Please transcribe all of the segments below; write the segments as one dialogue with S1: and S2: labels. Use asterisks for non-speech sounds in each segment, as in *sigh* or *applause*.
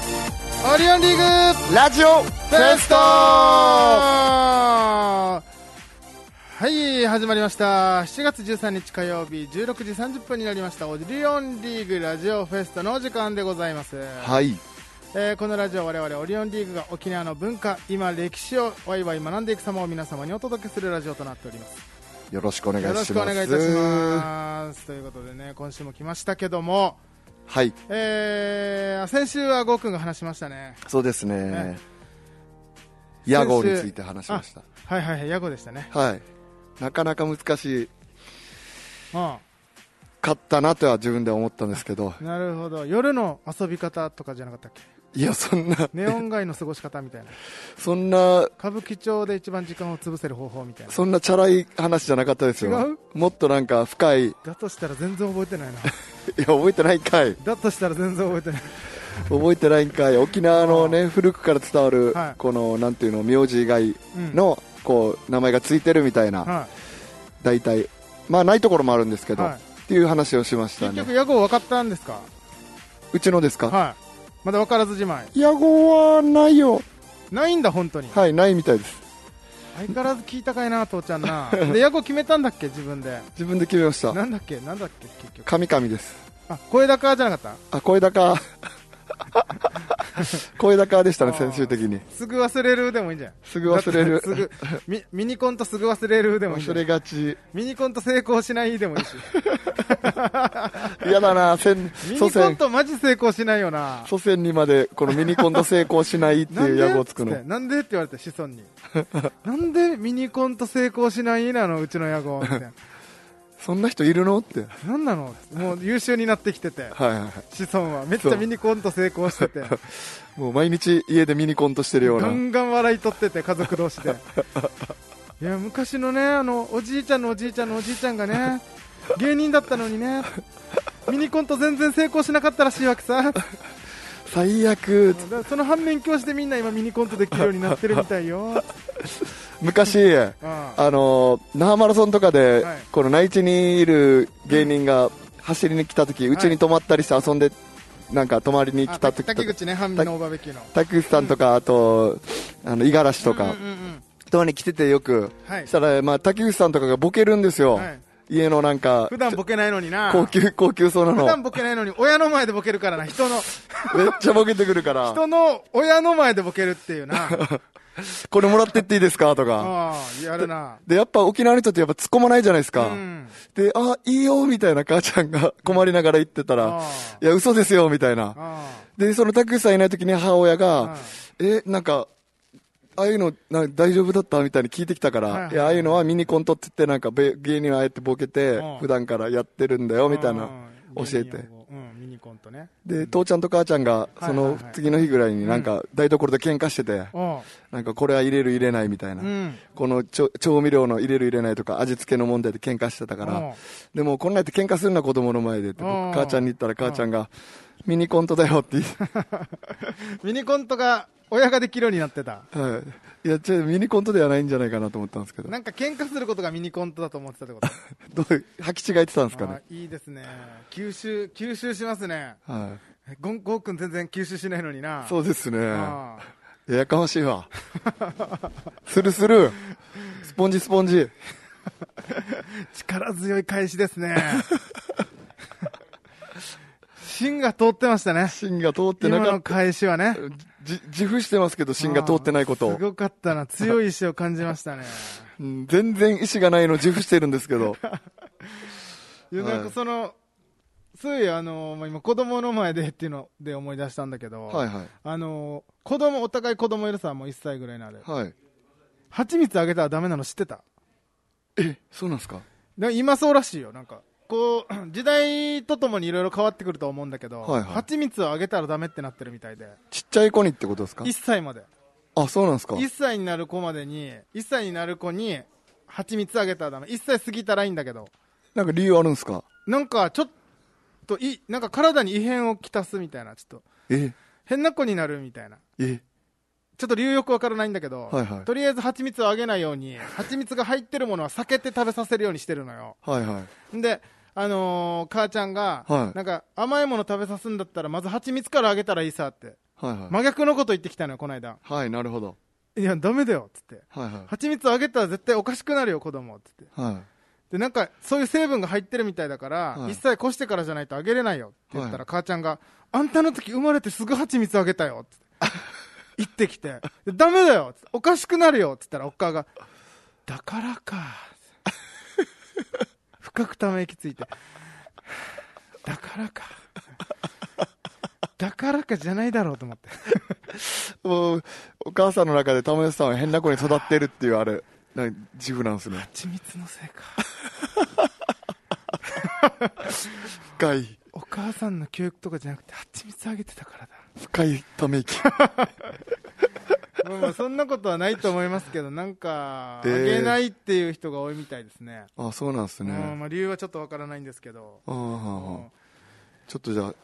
S1: オリオンリーグ
S2: ラジオフ
S1: フェ
S2: ェ
S1: ス
S2: ス
S1: ト
S2: ト
S1: はい始まりました7月13日火曜日16時30分になりましたオリオンリーグラジオフェストの時間でございます、
S2: はい
S1: えーこのラジオは我々オリオンリーグが沖縄の文化今歴史をワイワイ学んでいく様を皆様にお届けするラジオとなっております
S2: よろしくお願いし
S1: よろ
S2: ま
S1: し
S2: す
S1: くお願いいたしますということでね今週も来ましたけども、
S2: はい
S1: えー先週はゴーくんが話しましたね
S2: そうですね屋号について話しました
S1: はいはいはいヤゴでしたね
S2: はいなかなか難し
S1: うん
S2: かったなとは自分で思ったんですけど
S1: なるほど夜の遊び方とかじゃなかったっけ
S2: いやそんな
S1: ネオン街の過ごし方みたい
S2: *laughs*
S1: な
S2: そんな
S1: 歌舞伎町で一番時間を潰せる方法みたい
S2: *laughs*
S1: な
S2: そんなチャラい話じゃなかったです
S1: 違
S2: よ
S1: う
S2: もっとなんか深いい
S1: だとしたら全然覚えてないな
S2: や覚えてないんかい
S1: だとしたら全然覚えてない
S2: 覚えてないんかい沖縄のね古くから伝わる
S1: はい
S2: このなんていうの名字以外
S1: うん
S2: *laughs* のこう名前がついてるみたいな
S1: は
S2: 大体まあないところもあるんですけど、
S1: はい
S2: っていう話をしまし
S1: い
S2: た
S1: 結
S2: ね
S1: 局屋号分かったんですか
S2: うちのですか、
S1: はいまだ分からずじまい
S2: 屋号はないよ
S1: ないんだ本当に
S2: はいないみたいです
S1: 相変わらず聞いたかいな父ちゃん
S2: *laughs*
S1: なで屋号決めたんだっけ自分で
S2: 自分で決めました
S1: なんだっけなんだっけ結局
S2: 神々です
S1: あ声高じゃなかっ
S2: あ
S1: *laughs*
S2: 声高声高でしたね
S1: あー
S2: 先週的に
S1: たすぐ忘れるでもいいんじゃない
S2: すぐ忘れる
S1: だってすぐミ *laughs* ミニコンとすぐ忘れるでもいいんじ
S2: 忘
S1: ゃない
S2: れがち
S1: ミニコント成功しないでもいいし
S2: 嫌だなせん
S1: ミニ
S2: 祖
S1: コン
S2: 先
S1: トマジ成功しないよな。
S2: 祖先にまでこのミニコント成功しないっていう屋号つく
S1: つっ
S2: の
S1: てなんでって言われて子孫
S2: *laughs*
S1: に。なんでミニコント成功しないなのうちの野号みた
S2: *laughs*
S1: いな。
S2: そんな人いるのって
S1: なんなのもう優秀になってきてて。
S2: はいはいは
S1: 子孫はめっちゃミニコント成功してて、
S2: いもう毎日家でミニコントしてるよう
S1: ガ
S2: な
S1: ンガン笑い取ってて、家族同
S2: *laughs*
S1: 士で。いや、昔のね、あの、おじいちゃんのおじいちゃんのおじいちゃんが
S2: *laughs*
S1: ね、芸人だったのにね、ミニコント全然成功しなかったらしいわけ
S2: *laughs*
S1: さ。
S2: 最悪
S1: だからその反面教師でみんな今ミニコントできるようになってるみたい
S2: *laughs*
S1: よ。
S2: 昔
S1: うん
S2: あのー那覇マラソンとかで、
S1: はい
S2: この内地にいる芸人が走りに来た時うち、に泊まったりして遊んでなんか泊まりに来た時
S1: あ
S2: と
S1: 滝
S2: か
S1: 口ね、半身のバーベキューの。
S2: 竹内さんとか、あとあの五十嵐とか、
S1: うんうんうん
S2: とかに来ててよく、
S1: はい
S2: したら、まあ、竹内さんとかがボケるんですよ、
S1: はい
S2: 家のなんか
S1: 普段ボケないのにな。
S2: 高級高級そうな
S1: 普
S2: の
S1: 段ボケないのに、親の前でボケるからな。人の、
S2: めっちゃボケてくるから
S1: 人の親の前でボケるっていうな。
S2: これもらってっていいですかとか
S1: ああ、やるな。
S2: でやっぱ沖縄の人ってやっぱ突っ込まないじゃないです
S1: う
S2: か、
S1: ん。
S2: であいいよみたいな母ちゃんが困りながら言ってた
S1: あ
S2: ら
S1: あ
S2: いや嘘ですよみたいな
S1: あ
S2: で、その拓さんいない時に母親が、え、なんか、ああいうのな大丈夫だったみたいに聞いてきたから、
S1: はい
S2: い
S1: はい
S2: や、ああいうのはミニコントって言って、なんかべ芸人はああやってボケて
S1: うん、
S2: 普段からやってるんだよ、
S1: あ
S2: みたいな
S1: うん、
S2: 教えて。
S1: うん、ミニコントね。
S2: で、父ちゃんと母ちゃんが、
S1: い
S2: そ
S1: はい
S2: の
S1: はい
S2: 次の日ぐらいになんか台所で喧嘩してて、
S1: うん
S2: なんかこれは入れる入れないみたいな。
S1: うん。
S2: このちょ調味料の入れる入れないとか味付けの問題で喧嘩してたか
S1: うん
S2: ら、でもこんなんやって喧嘩するな子供の前でって、僕
S1: うん
S2: 母ちゃんに言ったら母ちゃんが、ミニコントだよって言って
S1: ミニコントが、親ができるようになってた。
S2: はい、いやちょっとミニコントではないんじゃないかなと思ったんですけど
S1: なんか喧嘩することがミニコントだと思ってたってことで
S2: どう履き違えてたんですかね、
S1: いいですね。吸収、吸収しますね。
S2: は、。
S1: ゴンゴーくん全然吸収しないのにない
S2: そうですね
S1: ああ
S2: いややかましい *laughs* わするするスポンジスポンジ
S1: 力強い返しですね。 *laughs* 芯が通ってましたね。
S2: 芯が通って
S1: 今
S2: なか
S1: の
S2: っ
S1: 返しはね。
S2: たじ自負してますけど芯が通ってないこと
S1: す
S2: を、
S1: ごかったな。強い意志を感じましたね。
S2: うん全然意思がないの自負してるんですけど
S1: いや、なんかその、そういや、あの、まあ今子供の前でっていうので思い出したんだけど、
S2: はいはい
S1: あの、子供、お互い子供いるさ、もう1歳ぐらいのあれ。
S2: はい
S1: 蜂蜜あげたらダメなの知ってた
S2: えそうなんですか
S1: で今そうらしいよ。なんか、こう、 *clears throat* 時代とともにいろいろ変わってくると思うんだけど、
S2: はいはい
S1: 蜂蜜をあげたらダメってなってるみたいで、
S2: ちっちゃい子にってことですか
S1: 1歳まで。
S2: あそうなんですか
S1: 1歳になる子までに1歳になる子に蜂蜜あげたらダメ1歳過ぎたらいいんだけど
S2: なんか理由あるんですか
S1: なんかちょっといなんか体に異変をきたすみたいなちょっと
S2: え
S1: 変な子になるみたいな
S2: え
S1: ちょっと理由よくわからないんだけど、
S2: はいはい
S1: とりあえず蜂蜜をあげないように蜂蜜が入ってるものは避けて食べさせるようにしてるのよ
S2: はいはい
S1: んであのー母ちゃんが、
S2: はい
S1: なんか甘いもの食べさすんだったらまず蜂蜜からあげたらいいさって
S2: はいはい。
S1: 真逆のこと言ってきたのよこの間
S2: はい、なるほど。
S1: いやダメだよっつって
S2: はいは
S1: 蜂蜜あげたら絶対おかしくなるよ子供っつって
S2: い。は
S1: でなんかそういう成分が入ってるみたいだから、
S2: はい
S1: 一切越してからじゃないとあげれないよって言ったら、
S2: は
S1: 母ちゃんが「あんたの時生まれてすぐ蜂蜜あげたよ」って
S2: *laughs*
S1: 言ってきて「でダメだよ」つっておかしくなるよ」って言ったらおっかが「だからか」深くため息ついて「だからか」だからかじゃないだろうと思って
S2: い。もう、お母さんの中で玉吉さんは変な子に育ってるっていうあれ、な自負なんですね。
S1: 蜂蜜のせいか
S2: 深い、
S1: お母さんの教育とかじゃなくて蜂蜜あげてたからだ
S2: 深いた
S1: *laughs*
S2: め息。
S1: まあまあそんなことはないと思いますけど、なんか、あ
S2: えー
S1: げないっていう人が多いみたいですね。
S2: あ、そうなんですね。
S1: うんまあ、理由はちょっとわからないんですけど、
S2: ああ、
S1: う
S2: は
S1: ん
S2: あ、ちょっとじゃ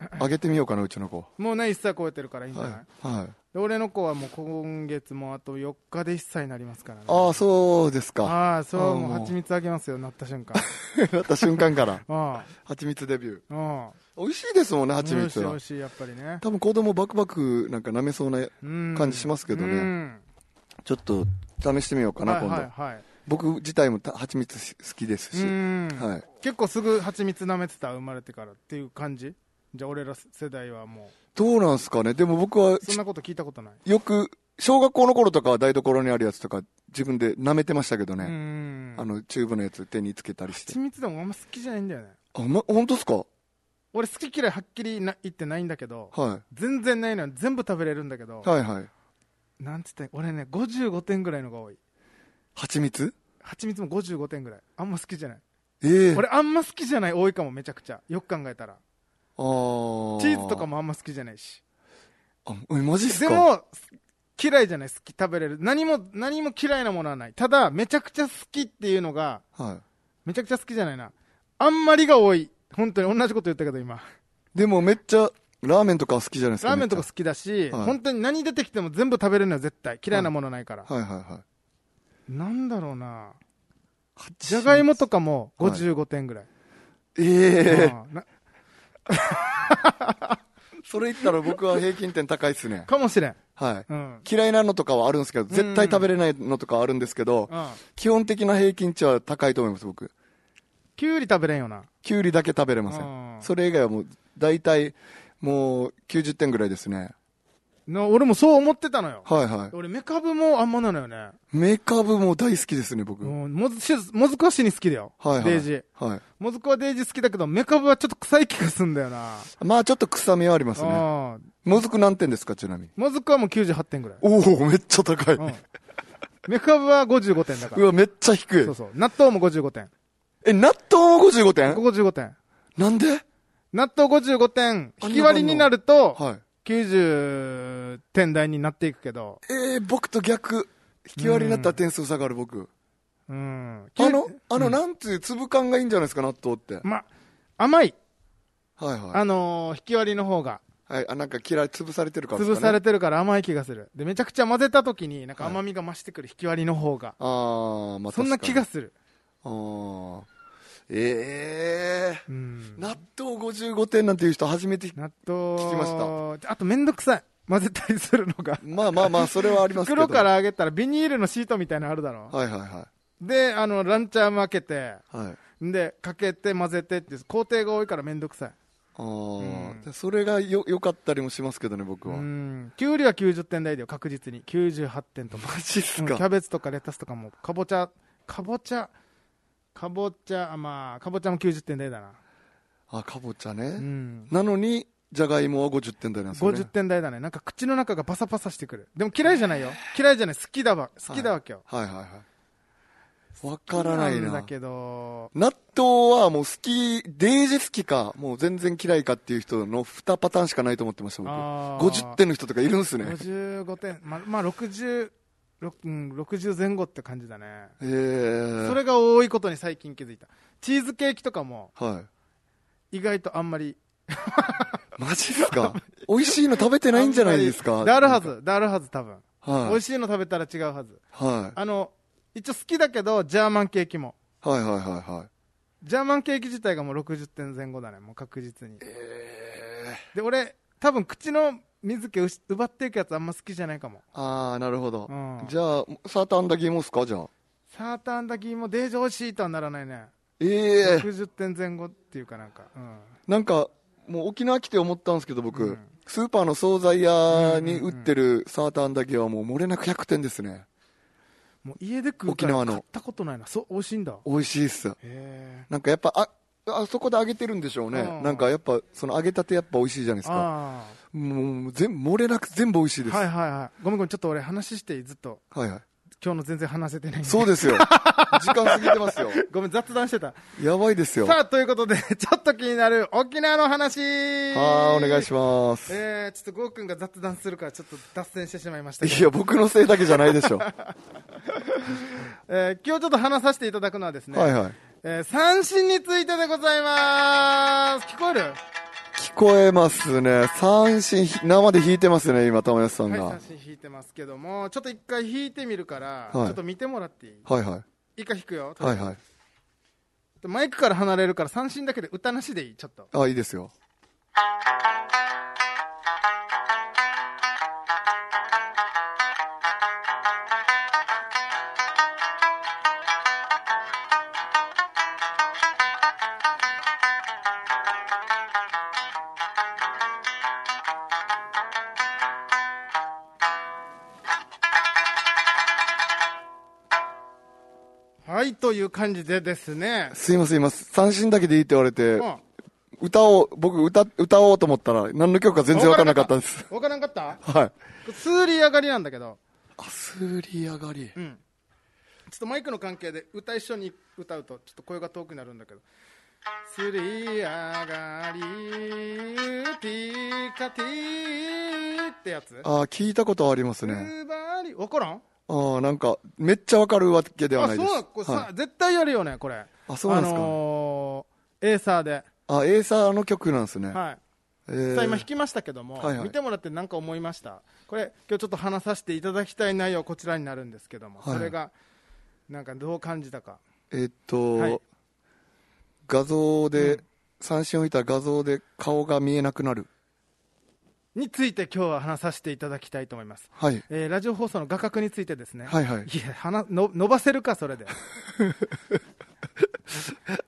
S2: あ、あげてみようかな、うちの子。
S1: もうね、1歳超えてるからいいんじゃ
S2: は
S1: ない、
S2: い。はい。
S1: で俺の子はもう今月もあと4日で1歳になりますからね。
S2: ああ、そうですか。
S1: ああ、そう、
S2: あー
S1: もう
S2: もう
S1: 蜂蜜あげますよ、なった瞬間。
S2: *laughs* なった瞬間から、
S1: あ
S2: 蜂蜜デビュー。
S1: あ、ああ。
S2: 美味しいですもんね、蜂
S1: 美味し
S2: 蜜
S1: い、美味
S2: は。
S1: しい、やっぱりね。
S2: 多分子供バクバクなんか舐めそうな、
S1: うん
S2: 感じしますけどね
S1: うん
S2: ちょっと試してみようかな、
S1: はい
S2: 今
S1: はい
S2: 度。
S1: はい。
S2: 僕自体もた蜂蜜し好きですし
S1: う。ん
S2: はい。
S1: 結構すぐ蜂蜜舐めてた、生まれてからっていう感じじゃあ、俺ら世代はも
S2: どうなんすかねでも僕は
S1: う、、そんなこと聞いたことない。
S2: よく、小学校の頃とかは台所にあるやつとか、自分で舐めてましたけど
S1: う
S2: ね。
S1: ん
S2: あの、チューブのやつ手につけたりして
S1: 蜂。蜜でもあんま好きじゃないんだよね
S2: あ、ま、本当っすか
S1: 俺好き嫌いはっきりな言ってないんだけど
S2: は
S1: 全然ないのよ全部食べれるんだけど、
S2: い。はいはい。
S1: なんつって俺ね55点ぐらいのが多い
S2: 蜂蜜
S1: 蜂蜜も55点ぐらいあんま好きじゃない
S2: ええ
S1: 俺あんま好きじゃない多いかもめちゃくちゃよく考えたら
S2: あー
S1: チーズとか。もあんま好きじゃないし
S2: あ、えマジっす
S1: で
S2: か
S1: も嫌いじゃない好き食べれる何も何も嫌いなものはないただめちゃくちゃ好きっていうのが
S2: は
S1: めちゃくちゃ好きじゃないなあんまりが多い本当に同じこと言ったけど今
S2: い。でもめっちゃ、ラーメンとか好きじゃないですか。
S1: ラーメンとか
S2: めっ
S1: 好きだし、
S2: はい
S1: 本当に何出てきても全部食べれるのは絶対嫌いなものないから、
S2: ちゃはいはいはい。
S1: なんだろうな
S2: 蜂
S1: じゃがいもとかも
S2: はい
S1: 55点ぐらい、
S2: ええ
S1: うんな
S2: それ言ったら僕は平均点高いっすね。
S1: かもしれん、
S2: はい。
S1: うん
S2: 嫌いなのとかはあるんですけど、絶対食べれないのとかはあるんですけど、
S1: うん、
S2: 基本的な平均値は高いと思います、僕。
S1: きゅうり食べれんよな
S2: きゅうりだけ食べれませ
S1: うん
S2: ん。それ以外はもう、大体、もう、90点ぐらいですね。
S1: な俺もそう思ってたのよ
S2: はいは
S1: 俺メカブもあんまなのよね、
S2: い。メカブも大好きですね、僕。はい
S1: うん、もずしもずくは死に好きだよ、
S2: はい。
S1: デイジー
S2: はい。
S1: もずくはデイジー好きだけどメカブはちょっと臭い気がすんだよな、
S2: まあちょっと臭みはありますね。
S1: うん
S2: もずく何点ですか、ちなみに。
S1: もずくはもう98点ぐらい、
S2: おお、めっちゃ高い。
S1: うん、
S2: *laughs*
S1: メカブは55点だか
S2: う
S1: ら
S2: わ、めっちゃ低い
S1: そう。そう納豆も55点
S2: え、納豆も55点
S1: 55点
S2: なんで
S1: 納豆55点、
S2: あんな反応
S1: 引き割りになると、
S2: はい。
S1: 90点台になっていくけど、
S2: えー、僕と逆。引き割りになったら点数下がる、僕。
S1: うん。
S2: あの
S1: きゅう、
S2: あの、なんていう粒感がいいんじゃないですか、納豆って。
S1: ま、甘い。
S2: はいはい。
S1: あのー引き割りの方が、
S2: はい、あなんか嫌い、潰されてるからですか、ね、
S1: 潰されてるから甘い気がする。で、めちゃくちゃ混ぜた時に、なんか
S2: はい
S1: 甘みが増してくる、引き割りの方が。
S2: あー、まあ、
S1: そんな気
S2: 確
S1: がする。
S2: かに。あーええ
S1: うん。
S2: 納豆55点なんていう人初めて、
S1: 納豆。
S2: 聞きまし
S1: あとめんどくさい。混ぜたりするのが。
S2: まあまあまあ、それはありますけど。
S1: 袋から揚げたらビニールのシートみたいなのあるだろ。
S2: はいはいは
S1: で、あの、ランチャーも開けて、
S2: い。はい。
S1: で、かけて混ぜてっていう、工程が多いからめんどくさい。
S2: あー
S1: うん
S2: でそれがよ、良かったりもしますけどね、僕は。
S1: う
S2: マ
S1: んきゅうりは90点台だよ確実に98点とか
S2: ジっす
S1: うんキ
S2: か。
S1: ャベツとかレタスとかもかぼちゃかぼちゃかぼちゃあまあかぼちゃも90点台だな
S2: あ、かぼちゃ
S1: う
S2: ね。
S1: ん
S2: なのに、じゃがいもは50点台なんですよね。
S1: 50点台だねなんか口の中がパサパサしてくるでも嫌いじゃないよ嫌いじゃない好きだわ好きだわけよ、
S2: はいはいはい。わからない
S1: んだ
S2: な。
S1: けど
S2: 納豆はもう好き、デイジ好きか、もう全然嫌いかっていう人の2パターンしかないと思ってました、僕。
S1: あー
S2: 50点の人とかいるんすね。
S1: 55点ままあ60ろうん60前後って感じだね
S2: えー、
S1: それが多いことに最近気づいたチーズケーキとかも
S2: はい。
S1: 意外とあんまり
S2: マジっすか美味しいの食べてないんじゃないです
S1: あんま
S2: か
S1: りであるは。ず、であるはず、多分。
S2: はい。
S1: 美味しいの食べたら違うはず。
S2: はい。
S1: あの、一応好きだけど、ジャーマンケーキも。
S2: はいはいはいはい。
S1: ジャーマンケーキ自体がもう60点前後だね、もう確実に。
S2: え
S1: で、俺、多分口の水気うし奪っていくやつあんま好きじゃないかも、
S2: ああなるほど、
S1: うん
S2: じゃあサーターアンダギーもっすかじゃあ
S1: サーターアンダギーもデージ美味しいとはならないね、
S2: ええ
S1: 60点前後っていうかなんか、うん、
S2: なんかもう沖縄来て思ったんですけど僕、
S1: うん
S2: スーパーの惣菜屋に売ってるサーターアンダギーはもう漏れなく100点ですね
S1: もう家で食うか
S2: 沖
S1: ら
S2: 縄の
S1: 買ったことないなそう美味しいんだへ
S2: 美味しいっす
S1: え
S2: なんかやっぱああそこで揚げてるんでしょうね、
S1: うん
S2: なんかやっぱその揚げたてやっぱ美味しいじゃないですか
S1: あ
S2: もう全漏れなく全部美味しい
S1: あ
S2: です、
S1: は
S2: はいい、
S1: はいはいごめんごめんちょっと俺話していいずっと
S2: はい
S1: 今日の全然話せてないんで
S2: そうですよ時間過ぎてますよ
S1: ごめん雑談してた
S2: やばいですよ
S1: さ
S2: は
S1: あということで *laughs* ちょっと気になる沖縄の話
S2: ーいお願い
S1: ま
S2: します、
S1: すえー、ちょっとゴーくんが雑談するからちょっと脱線してしまいましたけ
S2: い
S1: ど、
S2: や僕のせいだけじゃない
S1: *laughs*
S2: でしょは
S1: えー、今日ちょっと話させていただくのはです
S2: い
S1: ね、
S2: はい
S1: えー三振についてでございます聞こえる
S2: 聞こえますね三振ひ生で弾いてますね今玉安さんが、
S1: はい、三振引いてますけども、ちょっと一回引いてみるから、
S2: はい
S1: ちょっと見てもらっていい
S2: はいはい
S1: 一回引くよ、
S2: はいはい
S1: マイクから離れるから三振だけで歌なしでいい、ちょっと。
S2: あいいですよ
S1: はい、という感じでですね。
S2: すいません今三振だけでいいって言われて、
S1: うん。
S2: 歌を僕歌歌おうと思ったら何の曲か全然わからなかったんです
S1: わからんかった
S2: はい
S1: スーリー上がりなんだけど、
S2: あすり上がり
S1: うん。ちょっとマイクの関係で歌一緒に歌うと、ちょっと声が遠くなるんだけど。スリー上がり、ティーカティーってやつ。
S2: あー聞いたことあります
S1: ス
S2: ね
S1: ーバーリー、わからん
S2: あーなんかめっちゃわかるわけでは
S1: あ
S2: な
S1: そう
S2: いです
S1: なのこれさ、
S2: はい、
S1: 絶対やるよねこれ
S2: あそうなんですか
S1: あのーエーサーで、
S2: あエーサーの曲なんですね、
S1: はい
S2: えー
S1: さあ今弾きましたけども、
S2: はいはい
S1: 見てもらって何か思いましたこれ今日ちょっと話させていただきたい内容こちらになるんですけども、
S2: はいはい
S1: それがなんかどう感じたか
S2: えーっと、
S1: はい
S2: 画像で、三振を見た画像で顔が見えなくなる
S1: について今日は話させていただきたいと思います、
S2: はい
S1: えーラジオ放送の画角についてですね、
S2: はいはい
S1: いや話の伸ばせるかそれで *laughs*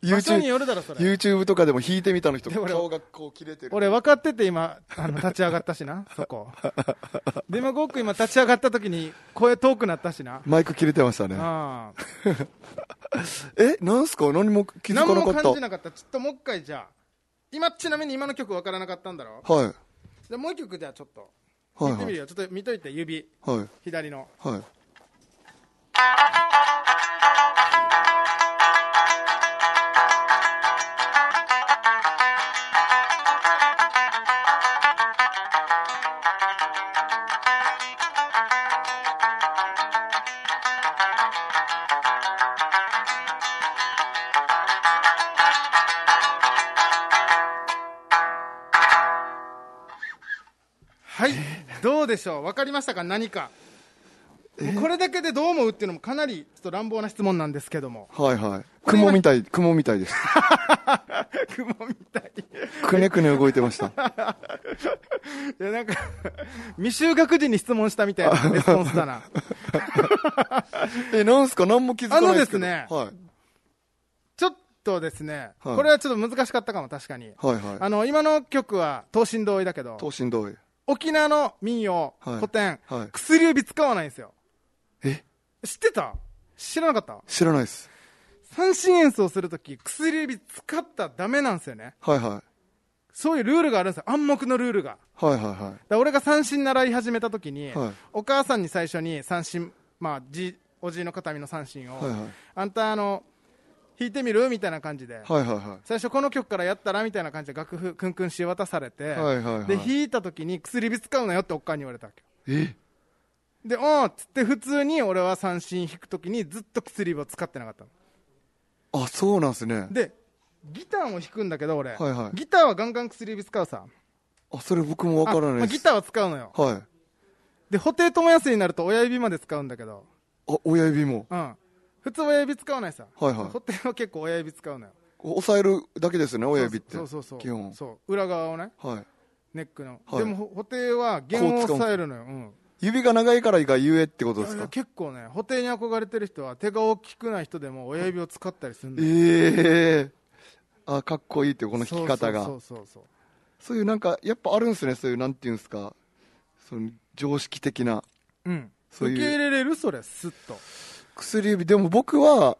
S1: 場所に
S2: YouTube,
S1: よるだろそれ
S2: YouTube とかでも弾いてみたの人
S1: で俺
S2: 顔がこう切れてる
S1: 俺分かってて今あの立ち上がったし
S2: *laughs*
S1: なそこで今ゴーくん今立ち上がった時に声遠くなったしな
S2: マイク切れてましたね
S1: ああ
S2: えなんすか何も気づか
S1: 何
S2: なか
S1: も
S2: った
S1: 感じなかったちょっともう一回じゃあ今ちなみに今の曲分からなかったんだろ
S2: はい
S1: じゃあもう一曲じゃあちょっと
S2: はい
S1: 見てみ
S2: は
S1: る
S2: い
S1: よ、ちょっと見といて指
S2: はい
S1: 左の
S2: はい
S1: はいどうでしょう分かりましたか何かもうこれだけでどう思うっていうのもかなりちょっと乱暴な質問なんですけども
S2: はいはい雲みたい雲みた
S1: *laughs*
S2: いです
S1: 雲みたい
S2: くねくね動いてま
S1: *laughs*
S2: した
S1: いやなんか *laughs* 未就学児に質問したみたいなレスポンス
S2: *laughs*
S1: だな
S2: えなんすか何も気づかないですけど
S1: あのですね
S2: はい
S1: ちょっとですね、
S2: はい
S1: これはちょっと難しかったかも確かに、
S2: はいはい
S1: あの今の曲は等身同意だけど
S2: 東進同意
S1: 沖縄の民謡、
S2: はい
S1: 古典、
S2: はい
S1: 薬指使わないんですよ
S2: え
S1: 知ってた知らなかった
S2: 知らないです
S1: 三振演奏するとき薬指使ったらダメなんですよね
S2: はいはい
S1: そういうルールがあるんですよ暗黙のルールがだか
S2: はいはいはい
S1: ら俺が三振習い始めたときに、
S2: はい
S1: お母さんに最初に三振まあじおじいの形見の三振を、
S2: はいはい
S1: あんたあの弾いてみるみたいな感じで、
S2: はいはいはい
S1: 最初この曲からやったらみたいな感じで楽譜くんくんし渡されて、
S2: はいはいはい
S1: で弾いたときに薬指使うなよっておっかんに言われたわけよ
S2: え
S1: で、おーっつって普通に俺は三振引くときにずっと薬指を使ってなかったの。
S2: あそうなんすね
S1: で、ギターも弾くんだけど俺、
S2: はいはい
S1: ギターはガンガン薬指使うさ。
S2: あそれ僕もわから
S1: あ
S2: な
S1: まあ
S2: いで
S1: ギ
S2: す
S1: ターは使うのよ。
S2: はい
S1: で、布袋寅泰になると親指まで使うんだけど、
S2: あ親指も
S1: うん。普通親指使わないさ。
S2: はいはい
S1: 布袋は結構親指使うのよ。
S2: 押さえるだけですね親指って
S1: そうそうそうそう。
S2: 基本
S1: そう。裏側をね。
S2: はい
S1: ネックの、
S2: は
S1: で
S2: い
S1: もほ補袋は弦を押さえるのよ、うん、
S2: 指が長いからがゆえってことで
S1: い
S2: す
S1: やいや
S2: か
S1: 結構ね補袋に憧れてる人は手が大きくない人でも親指を使ったりするんだよ
S2: ええあかっこいいっていうこの弾き方が
S1: そうそうそうそう
S2: そういうなんかやっぱあるんですねそういうなんていうんですかその常識的な
S1: そううん
S2: そういう
S1: 受け入れれるそれスッと
S2: 薬指でも僕は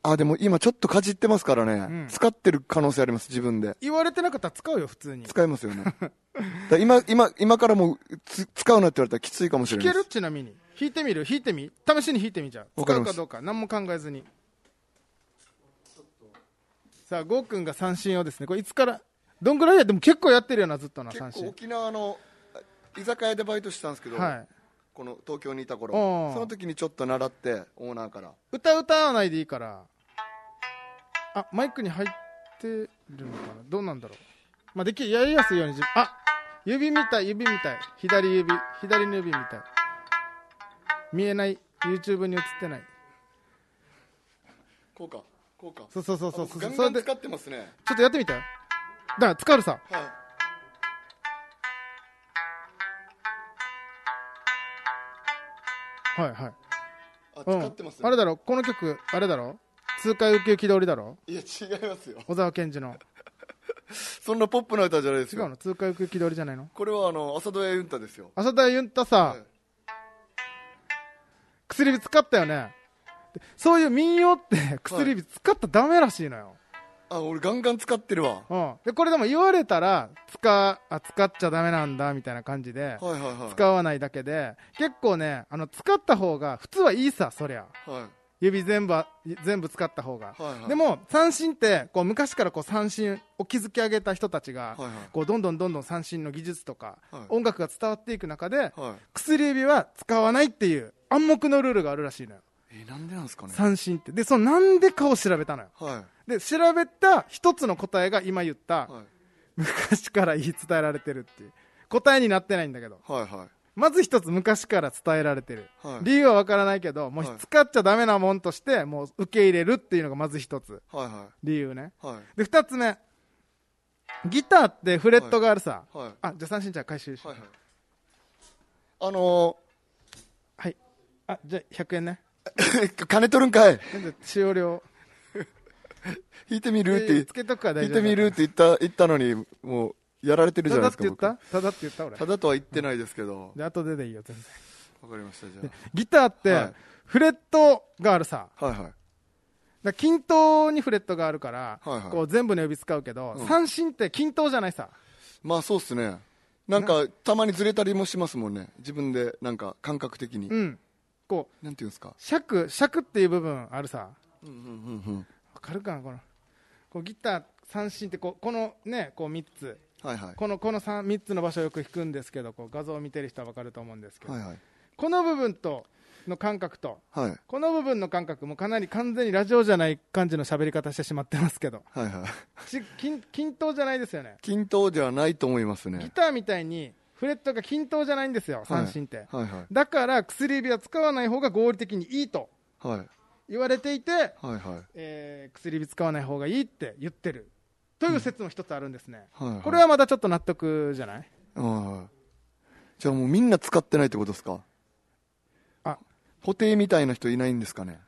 S2: あでも今ちょっとかじってますからね、
S1: うん
S2: 使ってる可能性あります自分で
S1: 言われてなかったら使うよ普通に
S2: 使いますよねだから今今今からもうつ使うなって言われたらきついかもしれ
S1: 弾
S2: ない
S1: け
S2: です
S1: るちなみに弾いてみる弾いてみ試しに弾いてみじゃあ
S2: わ
S1: 使
S2: かり
S1: う
S2: ま
S1: か
S2: す
S1: どうか何も考えずにさあゴーくんが三振をですねこれいつからどんぐらいやでも結構やってるよなずっとな三
S2: 結構
S1: 振
S2: 沖縄の居酒屋でバイトしてたんですけど、
S1: はい
S2: この東京にいた頃
S1: おー
S2: その時にちょっと習ってオーナーから
S1: 歌歌わないでいいからあマイクに入ってるのかなどうなんだろうまあできやりやすいように自分あ指みたい指みたい左指左の指みたい見えない YouTube に映ってない
S2: こうかこうか
S1: そうそうそうそうそう
S2: ガン
S1: そ
S2: ガ
S1: れ
S2: ン
S1: で
S2: 使ってますね
S1: ちょっとやってみてだから使うさ
S2: はい
S1: はいはい、
S2: あ
S1: うん、
S2: 使ってますね、
S1: あれだろこの曲あれだろ痛快ウキウキ通りだろ
S2: いや違いますよ
S1: 小沢健二の
S2: そんなポップな歌じゃないです
S1: 違
S2: よ
S1: うの痛快ウキウキ通りじゃないの
S2: これはあの朝ドラユンタですよ
S1: 浅田ゆんたさ、
S2: はい
S1: 薬指使ったよねでそういう民謡って薬指使ったらダメらしいのよ、
S2: あ俺ガンガン使ってるわ
S1: うん、でこれでも言われたら使あ使っちゃダメなんだみたいな感じで
S2: はいはいはい
S1: 使わないだけで結構ねあの使った方が普通はいいさそりゃ
S2: はい
S1: 指全部あ全部使った方が、
S2: はいはい
S1: でも三振ってこう昔からこう三振を築き上げた人たちが、
S2: はいはい
S1: こうどんどんどんどん三振の技術とか、
S2: はい
S1: 音楽が伝わっていく中で、
S2: はい
S1: 薬指は使わないっていう暗黙のルールがあるらしいのよ
S2: えなんでなんですかね
S1: 三振ってでそのなんでかを調べたのよ
S2: は
S1: で調べた一つの答えが今言った、
S2: いはい
S1: 昔から言い伝えられてるっていう答えになってないんだけど
S2: はいはい
S1: まず一つ昔から伝えられてる、
S2: はい
S1: 理由はわからないけどもう
S2: はい
S1: 使っちゃダメなもんとしてもう受け入れるっていうのがまず一つ
S2: はいは
S1: 理由ね
S2: いはい
S1: で二つ目ギターってフレットがあるさ、
S2: はいはい
S1: あじゃあ三振ちゃん回収し
S2: は
S1: はいい、
S2: あの
S1: あじゃあ100円ね
S2: ー、 *laughs* 金取るんかい
S1: 全然使用料
S2: 弾いてみるって
S1: えーつけとくから
S2: 弾
S1: 大
S2: い
S1: 丈夫
S2: てみるって言った言ったのにもうやられてるじ
S1: た
S2: ゃな
S1: だっ
S2: いで
S1: て
S2: すか
S1: 言った
S2: 僕
S1: ただって言った俺
S2: ただとは言ってないですけど
S1: で後ででいいよ全然
S2: わかりましたじゃ
S1: ギターって、
S2: はい
S1: フレットがあるさ
S2: あはいはい
S1: だから均等にフレットがあるから、
S2: はいはい
S1: こう全部の指使うけど、
S2: うん
S1: 三振って均等じゃないさ
S2: まあそうっすねなんかたまにずれたりもしますもんね自分でなんか感覚的に、
S1: うんこう
S2: なんていうんですか
S1: 尺尺っていう部分あるさ
S2: うんうんうんうん
S1: わかるかなこのこうギター三振ってこうこのねこう3つ
S2: はいはい
S1: このこの 3, 3つの場所をよく弾くんですけどこう画像を見てる人はわかると思うんですけど、
S2: はいはい
S1: この部分との感覚と
S2: はい
S1: この部分の感覚もかなり完全にラジオじゃない感じの喋り方してしまってますけど
S2: はいはい
S1: し均均等じゃないですよね
S2: 均等ではないと思います
S1: ギ
S2: ね
S1: ターみたいにフレットが均等じゃないんですよ、三振って、
S2: はいはい
S1: だから薬指は使わない方が合理的にいいと
S2: はい
S1: 言われていて、
S2: はいはい
S1: えー薬指使わない方がいいって言ってるという説も一つあるんですね、
S2: はいはい
S1: これはまだちょっと納得じゃない
S2: ああじゃあもうみんな使ってないってことですか
S1: あ
S2: 固定みたいな人いないんですかね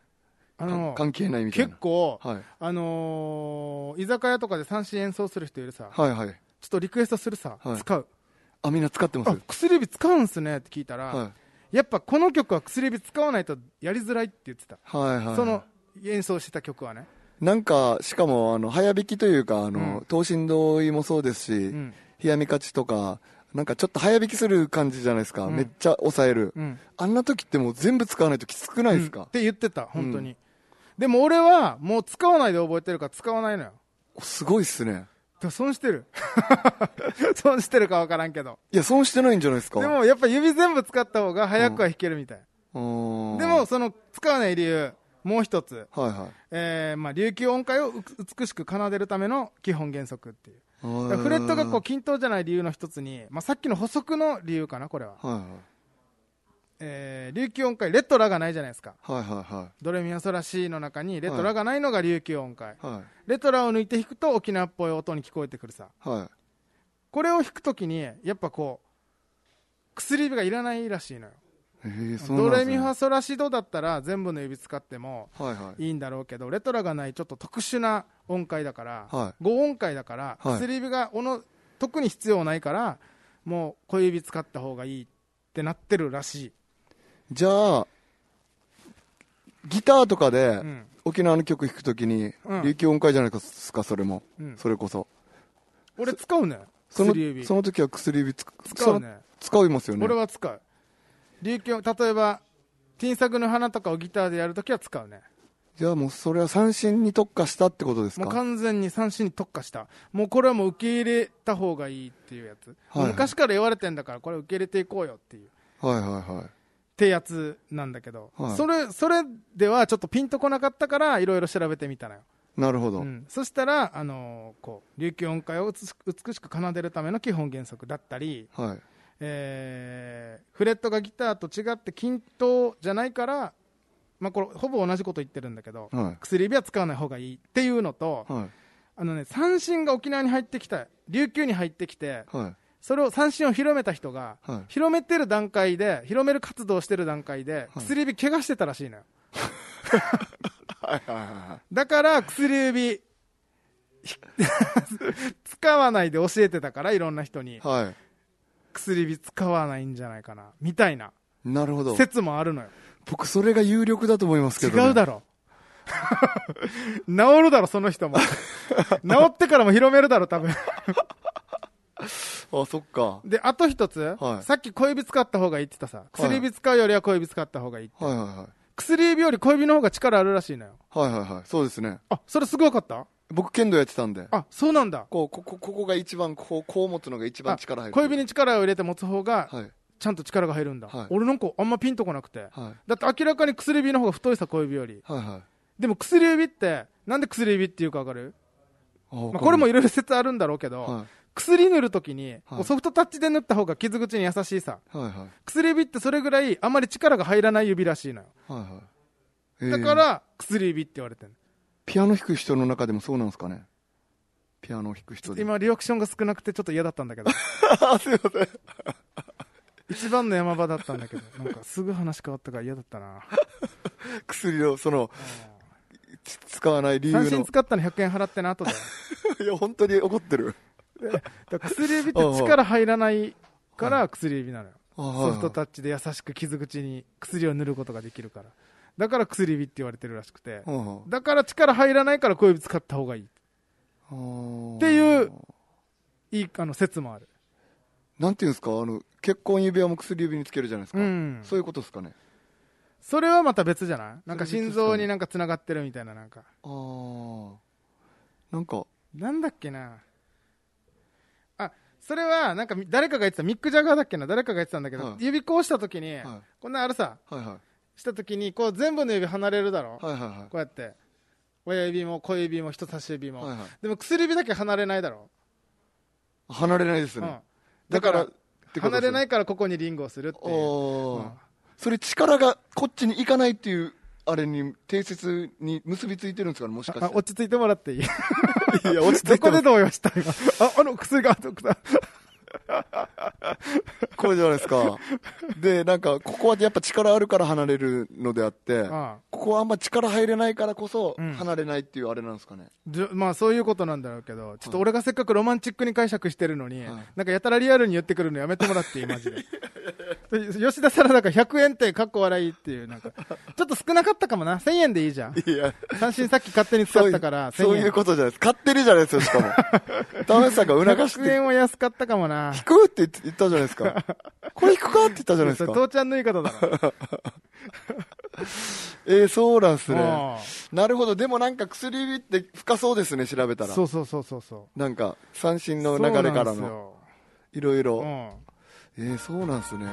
S1: あの
S2: か関係ないみたい
S1: 結
S2: な
S1: 構、
S2: はい
S1: あのー居酒屋とかで三振演奏する人いるさ、
S2: はいはい
S1: ちょっとリクエストするさ、
S2: はい
S1: 使う
S2: あみんな使ってます
S1: あ薬指使うんすねって聞いたら、
S2: は
S1: やっぱこの曲は薬指使わないとやりづらいって言ってた、
S2: いはいはい
S1: その演奏してた曲はね
S2: なんかしかもあの早弾きというかあの、
S1: うん
S2: 等身同意もそうですし、
S1: ん
S2: 冷やみ勝ちとかなんかちょっと早弾きする感じじゃないですか、めっちゃ抑える、
S1: うん
S2: あんな時ってもう全部使わないときつくないです
S1: うんっ
S2: か、
S1: て言ってた本当に、でも俺はもう使わないで覚えてるから使わないのよ
S2: おすごいっすね
S1: だから損してる *laughs* 損してるか分からんけど
S2: いや損してないんじゃないですか
S1: でもやっぱ指全部使った方が早くは弾けるみたい、
S2: も
S1: でもその使わない理由もう一つ、
S2: はいはい
S1: えーまあ、琉球音階をう美しく奏でるための基本原則っていう
S2: あー
S1: だからフレットがこう均等じゃない理由の一つに、まあ、さっきの補足の理由かなこれは、
S2: はい
S1: えー琉球音階レッドラがないじゃないですか
S2: はいはいは
S1: ドレミファソラシの中にレッドラがないのが琉球音階、
S2: いはいはい
S1: レトラを抜いて弾くと沖縄っぽい音に聞こえてくるさ
S2: はい
S1: これを弾くときにやっぱこう薬指がいらないらしいのよ、
S2: えー、そうな
S1: ド
S2: んで
S1: レ
S2: すね
S1: ミファソラシドだったら全部の指使っても
S2: はいはい。
S1: いいんだろうけどレトラがないちょっと特殊な音階だから、
S2: は
S1: 5音階だから、
S2: はい
S1: 薬指がおの特に必要ないからもう小指使った方がいいってなってるらしい、
S2: じゃあ、ギターとかで
S1: うん
S2: 沖縄の曲弾くときに
S1: うん、
S2: 琉球音階じゃないですか、それも
S1: う。ん
S2: それこそ。
S1: 俺使うね
S2: その
S1: 薬指
S2: その時は薬指つ
S1: 使うね
S2: その使いますよね
S1: 俺。は使う琉球例えばティンサグの花とかをギターでやるときは使うね
S2: じゃあもうそれは三振に特化したってことです
S1: もう
S2: か
S1: 完全に三振に特化したもうこれはもう受け入れた方がいいっていうやつ、
S2: はいはい
S1: 昔から言われてんだからこれ受け入れていこうよっていう
S2: はいはいはい。
S1: ってやつなんだけど、
S2: はい
S1: それそれではちょっとピンとこなかったからいろいろ調べてみたのよ、
S2: なるほど。
S1: うんそしたら、あのーこう琉球音階を美し美しく奏でるための基本原則だったり、
S2: はい。
S1: えーフレットがギターと違って均等じゃないから、まあ、これほぼ同じこと言ってるんだけど、
S2: はい
S1: 薬指は使わない方がいいっていうのと、
S2: はい。
S1: あのね、三振が沖縄に入ってきた琉球に入ってきて
S2: はい。
S1: それを三振を広めた人が、
S2: はい
S1: 広めてる段階で広める活動をしてる段階で薬指怪我してたらしいのよ
S2: はいはいは
S1: だから薬指ひ *laughs* 使わないで教えてたからいろんな人に
S2: い。はい。
S1: 薬指使わないんじゃないかなみたいな
S2: なるほど。
S1: 説もあるのよ
S2: 僕それが有力だと思いますけど、ね。
S1: 違うだろ *laughs* 治るだろその人
S2: *laughs*
S1: も治ってからも広めるだろ多分
S2: あ、そっか。
S1: であと一つ、
S2: はい
S1: さっき小指使った方がいいって言ったさ薬指使うよりは小指使った方がいいって、
S2: はいは
S1: 薬指より小指の方が力あるらしいのよ
S2: いはい。はいはいはい。そうですね。
S1: あそれすごかった
S2: 僕剣道やってたんで。
S1: あそうなんだ
S2: こう、ここ、ここが一番、こう、こう持つのが一番力入
S1: あ
S2: る。
S1: 小指に力を入れて持つ方が
S2: はい。
S1: ちゃんと力が入るんだ、
S2: はい
S1: 俺なんかあんまピンとこなくて、
S2: はい。
S1: だって明らかに薬指の方が太いさ小指より
S2: はいはい。
S1: でも薬指ってなんで薬指っていうかわかる、
S2: ま
S1: まあ、これもいろいろ説あるんだろうけど、
S2: は
S1: 薬塗るときに、
S2: はい
S1: こうソフトタッチで塗った方が傷口に優しいさ
S2: い。はいはい。
S1: 薬指ってそれぐらいあまり力が入らない指らしいのよ
S2: はいはい。
S1: だ
S2: えー
S1: から薬指って言われてる、
S2: ピアノ弾く人の中でもそうなんですかねピアノ弾く人で。
S1: 今リアクションが少なくてちょっと嫌だったんだけど
S2: あ、 *laughs* すいません。
S1: 一番の山場だったんだけどなんかすぐ話変わったから嫌だったな
S2: 薬を、その、つ使わない理由
S1: 単身
S2: の。
S1: 使ったの100円払ってな後で *laughs*
S2: いや、本当に怒ってる。
S1: だから薬指って力入らないから薬指なのよ
S2: あはいはい
S1: ソフトタッチで優しく傷口に薬を塗ることができるからだから薬指って言われてるらしくて
S2: うんうん
S1: だから力入らないから小指使った方がいい
S2: あー
S1: っていういいあの説もある
S2: なんていうんですかあの結婚指輪も薬指につけるじゃないですか、
S1: うん
S2: そういうことですかね
S1: それはまた別じゃないなんか
S2: それ
S1: 心
S2: 別ですかね
S1: 臓になんかつながってるみたいななんか
S2: ああなんか
S1: なんだっけなあそれはなんかみ誰かが言ってたミック・ジャガーだっけな誰かが言ってたんだけど、
S2: はい
S1: 指こうした時に、
S2: は
S1: こんなあるさ
S2: はいは
S1: した時にこう全部の指離れるだろ、
S2: いはいはいは
S1: こうやって親指も小指も人差し指
S2: い
S1: も、
S2: はいはい
S1: でも薬指だけ離れないだろ、
S2: 離れないです
S1: う
S2: ね、
S1: ん、
S2: だからってこと
S1: 離れないいからここにリングをするっていう
S2: お
S1: う
S2: ー
S1: ん
S2: それ力がこっちに行かないっていうあれに定説に結びついてるんですかねもしか
S1: あ
S2: し
S1: 落ち着いてもらっていい
S2: ていや落ち
S1: どこで動揺した今ああの薬がどこだ
S2: これじゃないで
S1: *laughs*
S2: すかでなんかここはやっぱ力あるから離れるのであって
S1: ああ
S2: ここはあんま力入れないからこそ
S1: うん
S2: 離れないっていうあれなんですかね、
S1: じゃまあそういうことなんだろうけどちょっと俺がせっかくロマンチックに解釈してるのに、
S2: はい
S1: なんかやたらリアルに言ってくるのやめてもらっていいマジ
S2: *laughs*
S1: で吉田沙羅だから100円ってかっこ笑いっていうなんかちょっと少なかったかもな1000円でいいじゃん
S2: いや
S1: 三振さっき勝手に使
S2: そう
S1: っ
S2: いう
S1: たから1000円
S2: そういうことじゃないです。買ってるじゃないですよ、し
S1: *laughs*
S2: かも。田辺さんが促し
S1: 100
S2: て、
S1: 円は安かったかも
S2: *laughs*
S1: な
S2: 引くって言ったじゃないで
S1: *laughs*
S2: すか。これ引くかって言ったじゃないです
S1: それ
S2: か。
S1: 父ちゃんの言い方だろ
S2: えー、そうなんすね。
S1: あ
S2: なるほど。でもなんか薬指って深そうですね、調べた
S1: あ
S2: ら。
S1: そうそうそうそうそう
S2: なんか、三振の流れから
S1: そうなんです
S2: の、
S1: よ
S2: いろいうろ。
S1: ん
S2: えー、そうなんすね。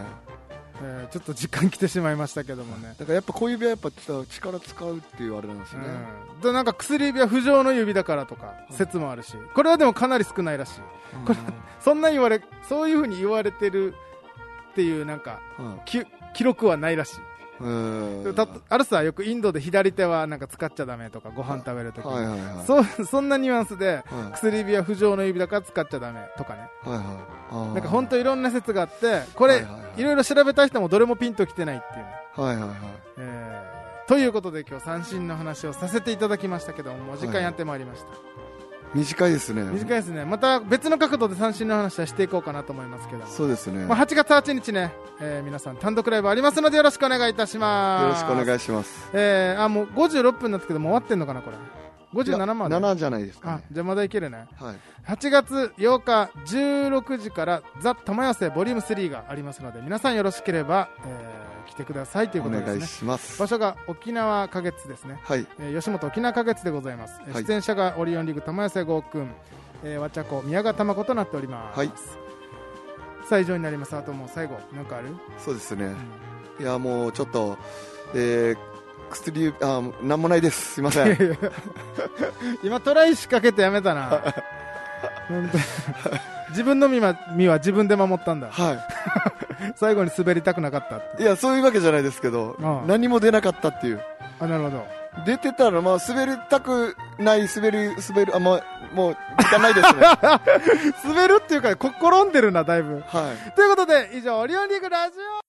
S1: えーちょっと時間来てしまいましたけどもね
S2: だからやっぱ小指はやっぱ力使うっていうあれなんですね。
S1: うんでなんか薬指は不浄の指だからとか説もあるしこれはでもかなり少ないらしいこれそんな言われそういうふうに言われてるっていうなんか
S2: うん
S1: き記録はないらしい
S2: うん
S1: たあるさよくインドで左手はなんか使っちゃダメとかご飯食べるとき、
S2: はいはいはい
S1: そうそんなニュアンスで、
S2: はい
S1: 薬指は不浄の指だから使っちゃダメとかね
S2: はいはいあー
S1: なんか本当いろんな説があってこれ、
S2: はいいはいはい
S1: ろいろ調べた人もどれもピンときてないっていうね、
S2: はいはいはい
S1: えーということで今日三振の話をさせていただきましたけどもお時間やってまいりました、
S2: 短いですね
S1: 短いですねまた別の角度で三振の話はしていこうかなと思いますけども
S2: そうですね
S1: まあ、8月8日ね、えー皆さん単独ライブありますのでよろしくお願いいたします
S2: よろしくお願
S1: い、
S2: いします
S1: えーあもう56分になったけどもう終わってんのかなこれ57まで
S2: 7じゃないですか
S1: あ
S2: ね
S1: じゃあまだいけるね
S2: はい
S1: 8月8日16時から「ザ・玉寄せボリューム3がありますので皆さんよろしければ、えー来てくださいという
S2: お
S1: ことです
S2: 願い
S1: ね
S2: します
S1: 場所が沖縄花月ですね、
S2: はい
S1: えー吉本沖縄花月でございます、えー
S2: はい
S1: 出演者がオリオンリーグ玉寄せ豪君、えー、わちゃこ宮川玉子となっております、
S2: はい
S1: さあ以上になりますあともう最後なんかある、
S2: そうですね
S1: うん
S2: いやもうちょっとえー薬指あーなんもないですすいません
S1: 今トライ仕掛けてやめたな *laughs* 本当に自分の身は身は自分で守ったんだ
S2: は
S1: 最後に滑りたくなかったって
S2: いいやそういうわけじゃないですけど
S1: ああ
S2: 何も出なかったっていう
S1: あなるほど
S2: 出てたらまあ滑りたくない滑り滑るあまあもう時間な
S1: *laughs*
S2: いですねは
S1: 滑るっていうかこ転んでるなだいぶ
S2: い
S1: ということで以上オリオンリーグラジオ